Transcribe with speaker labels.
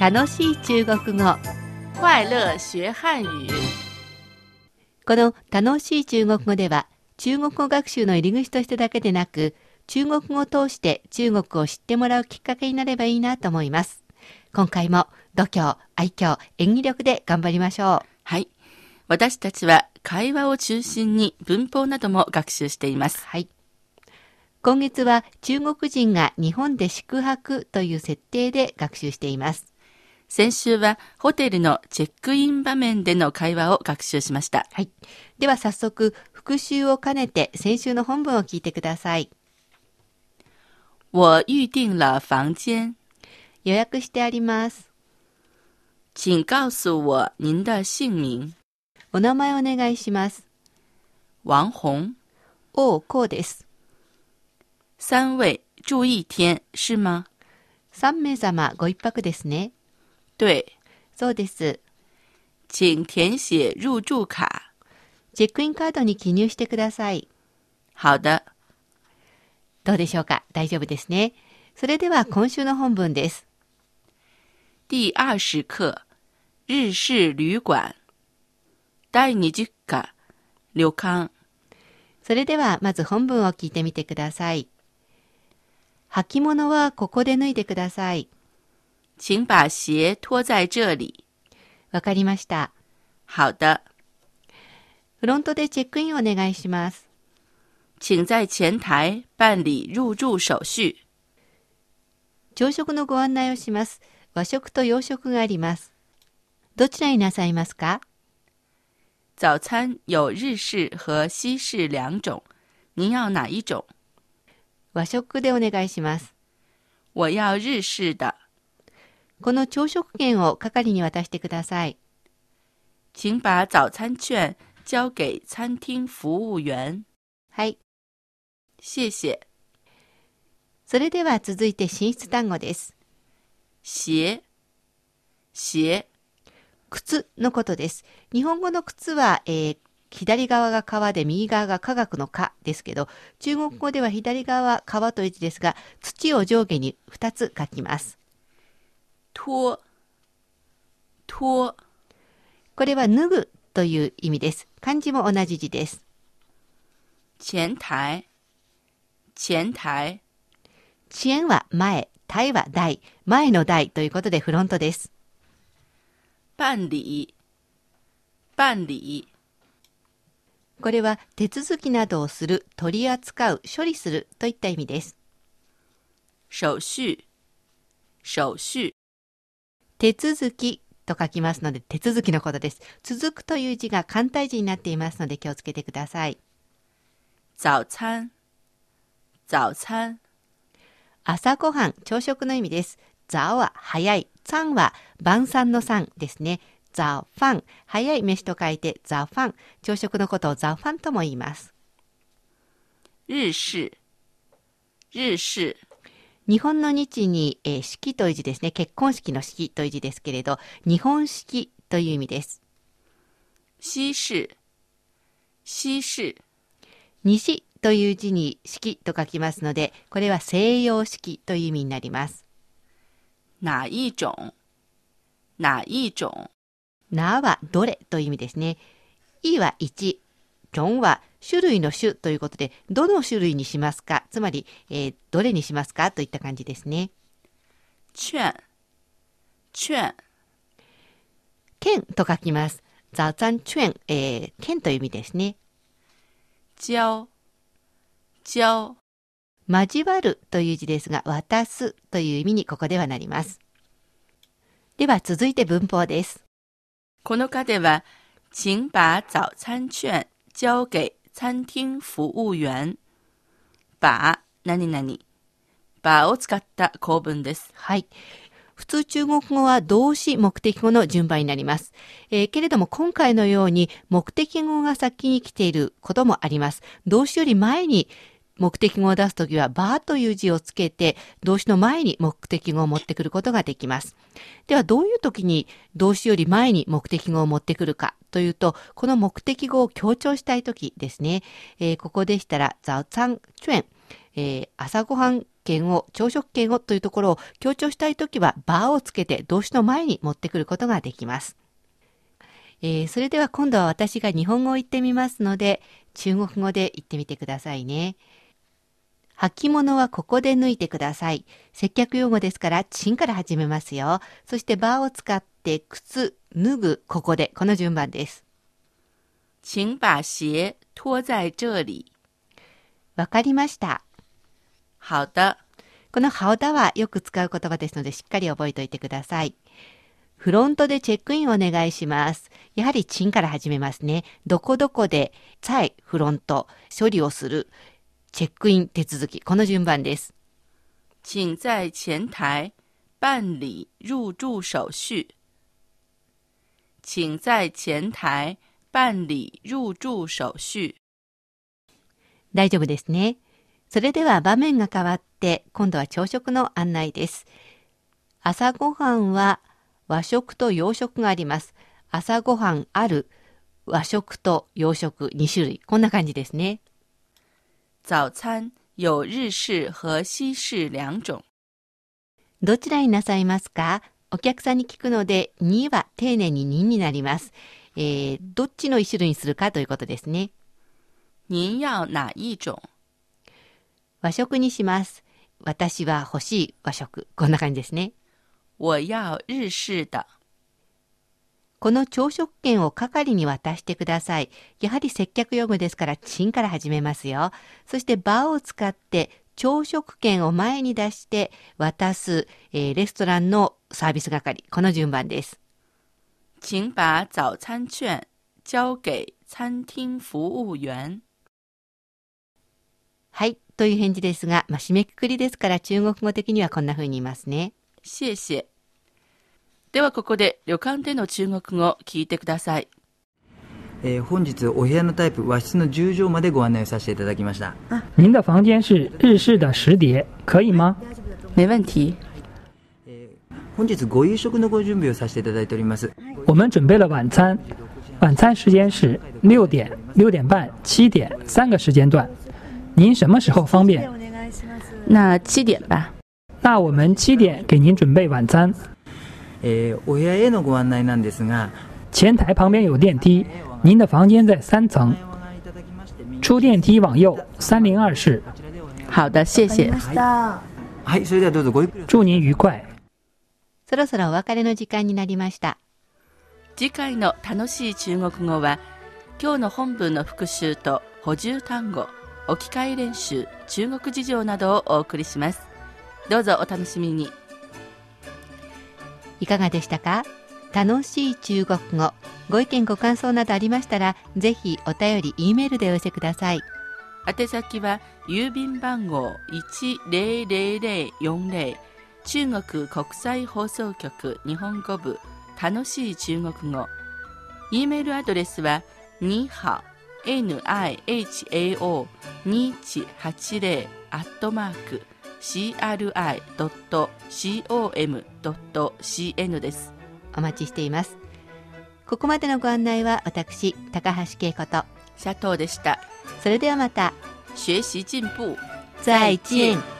Speaker 1: 楽しい中国語
Speaker 2: 快乐学汉语。
Speaker 1: この楽しい中国語では中国語学習の入り口としてだけでなく中国語を通して中国を知ってもらうきっかけになればいいなと思います今回も度胸愛嬌演技力で頑張りましょう
Speaker 2: はい。私たちは会話を中心に文法なども学習しています。
Speaker 1: はい今月は中国人が日本で宿泊という設定で学習しています
Speaker 2: 先週はホテルのチェックイン場面での会話を学習しました。
Speaker 1: はい。では早速、復習を兼ねて先週の本文を聞いてください。
Speaker 2: 我预定了房间，
Speaker 1: 予約してあります。
Speaker 2: 请告诉我您的姓名。
Speaker 1: お名前お願いします。
Speaker 2: 王红，
Speaker 1: 王こうです。
Speaker 2: 三位住一天是吗？
Speaker 1: 3名様ご一泊ですね。
Speaker 2: 对，
Speaker 1: そうです。
Speaker 2: 请填写入住卡。
Speaker 1: チェックインカードに記入してください。
Speaker 2: 好的。
Speaker 1: どうでしょうか大丈夫ですね。それでは今週の本文です。
Speaker 2: 第二十课，日式旅馆。第二十課、旅館。
Speaker 1: それではまず本文を聞いてみてください。履物はここで脱いでください。
Speaker 2: 请把鞋脱在这里。
Speaker 1: わかりました。
Speaker 2: 好的，
Speaker 1: フロントでチェックインお願いします。
Speaker 2: 请在前台办理入住手续。
Speaker 1: 朝食のご案内をします。和食と洋食があります。どちらになさいますか
Speaker 2: 早餐有日式和西式两种，您要哪一种？
Speaker 1: 和食でお願いします。
Speaker 2: 我要日式的，
Speaker 1: この朝食券を係に渡してください。
Speaker 2: 请把早餐券交给餐厅服务员。
Speaker 1: はい。
Speaker 2: 谢谢。
Speaker 1: それでは続いて寝室単語です。
Speaker 2: 鞋，鞋，
Speaker 1: 靴のことです。日本語の靴は、えー左側が川で右側が科学の科ですけど、中国語では左側は川という字ですが、土を上下に2つ書きます。
Speaker 2: 脱，脱，
Speaker 1: これは脱ぐという意味です。漢字も同じ字です。
Speaker 2: 前台，前台，
Speaker 1: 遅延は前、台は台、前の台ということでフロントです。
Speaker 2: 办理，办理。
Speaker 1: これは手続きなどをする、取り扱う、処理するといった意味です。
Speaker 2: 手续，手续，
Speaker 1: 手続きと書きますので手続きのことです。続くという字が簡体字になっていますので気をつけてください。
Speaker 2: 早餐，早餐，
Speaker 1: 朝ごはん、朝食の意味です。ザは早い、さんは晩餐のさんですね。ザファン、早い飯と書いてザファン、朝食のことをザファンとも言います。
Speaker 2: 日式，日式，
Speaker 1: 日本の日に、えー式という字ですね。結婚式の式という字ですけれど、日本式という意味です。
Speaker 2: 西式，西式，
Speaker 1: 西という字に式と書きますので、これは西洋式という意味になります。
Speaker 2: 哪一种？哪一种？
Speaker 1: なはどれという意味ですね。いは1、ジョンは種類の種ということで、どの種類にしますか、つまり、えーどれにしますかといった感じですね。
Speaker 2: 券，券，
Speaker 1: 券と書きます。ザーザンチュエン、えー券という意味ですね。
Speaker 2: 交，交，
Speaker 1: 交わるという字ですが、渡すという意味にここではなります。では続いて文法です。
Speaker 2: この課では、请把早餐券交给餐厅服務員。把何々。把を使った構文です。
Speaker 1: はい。普通中国語は動詞目的語の順番になります。えーけれども今回のように目的語が先に来ていることもあります。動詞より前に目的語を出すときは、ばーという字をつけて、動詞の前に目的語を持ってくることができます。では、どういうときに動詞より前に目的語を持ってくるかというと、この目的語を強調したいときですね。えーここでしたら、ザオツァンチュエン、えー朝ごはん券を、朝食券をというところを強調したいときは、バーをつけて動詞の前に持ってくることができます。えーそれでは今度は私が日本語を言ってみますので、中国語で言ってみてくださいね。履物はここで脱いでください。接客用語ですから、チンから始めますよ。そしてバーを使って、靴、脱ぐ、ここで、この順番です。
Speaker 2: 请把鞋脱在这里。
Speaker 1: わかりました。
Speaker 2: 好的，
Speaker 1: このハオダはよく使う言葉ですので、しっかり覚えておいてください。フロントでチェックインお願いします。やはりチンから始めますね。どこどこで、さえ、フロント、処理をする、チェックイン手続き、この順番です。
Speaker 2: 请在前台办理入住手续。请在前台办理入住手续。
Speaker 1: 大丈夫ですね。それでは場面が変わって、今度は朝食の案内です。朝ごはんは和食と洋食があります。朝ごはんある、和食と洋食2種類。こんな感じですね。
Speaker 2: 早餐有日式和西式两种。
Speaker 1: どちらになさいますかお客さんに聞くので、2は丁寧に2になります。えー、どっちの1種類にするかということですね。
Speaker 2: 您要哪一种？
Speaker 1: 和食にします。私は欲しい和食。こんな感じですね。
Speaker 2: 我要日式的。
Speaker 1: この朝食券を係に渡してください。やはり接客用語ですから、チンから始めますよ。そして、バーを使って、朝食券を前に出して渡す、えーレストランのサービス係。この順番です。
Speaker 2: 请把早餐券交给餐厅服务员。
Speaker 1: はい。という返事ですが、まあ、締めくくりですから、中国語的にはこんな風に言いますね。
Speaker 2: 谢谢。ではここで旅館での中国語を聞いてください。
Speaker 3: えー本日お部屋のタイプ和室の10畳までご案内をさせていただきました
Speaker 4: 您的房间是日式的石碟，可以吗？
Speaker 2: 没问题。
Speaker 3: 本日ご夕食のご準備をさせていただいております
Speaker 4: 我们准备了晚餐，晚餐时间是六点、六点半、七点三个时间段。您什么时候方便？
Speaker 2: 那七点吧。
Speaker 4: 那我们七点给您准备晚餐。
Speaker 3: えーお部屋へのご案内なんですが
Speaker 4: 前台旁边有电梯，您的房间在三层，
Speaker 3: お案内いただきまして
Speaker 4: 出电梯往右三零二室。
Speaker 2: 好的，谢谢。
Speaker 3: はいそれではどうぞごゆっくり
Speaker 4: 祝您愉快。
Speaker 1: そろそろお別れの時間になりました。
Speaker 2: 次回の楽しい中国語は今日の本文の復習と補充単語置き換え練習中国事情などをお送りしますどうぞお楽しみに
Speaker 1: いかがでしたか楽しい中国語ご意見ご感想などありましたらぜひお便り E メールでお寄せください
Speaker 2: 宛先は郵便番号1000040中国国際放送局日本語部楽しい中国語 e メールアドレスはには nihao2180 アットマーク cri.com.cn です
Speaker 1: お待ちしていますここまでのご案内は私高橋恵子と
Speaker 2: シャトーでした
Speaker 1: それではまた
Speaker 2: 学習進步
Speaker 1: 再见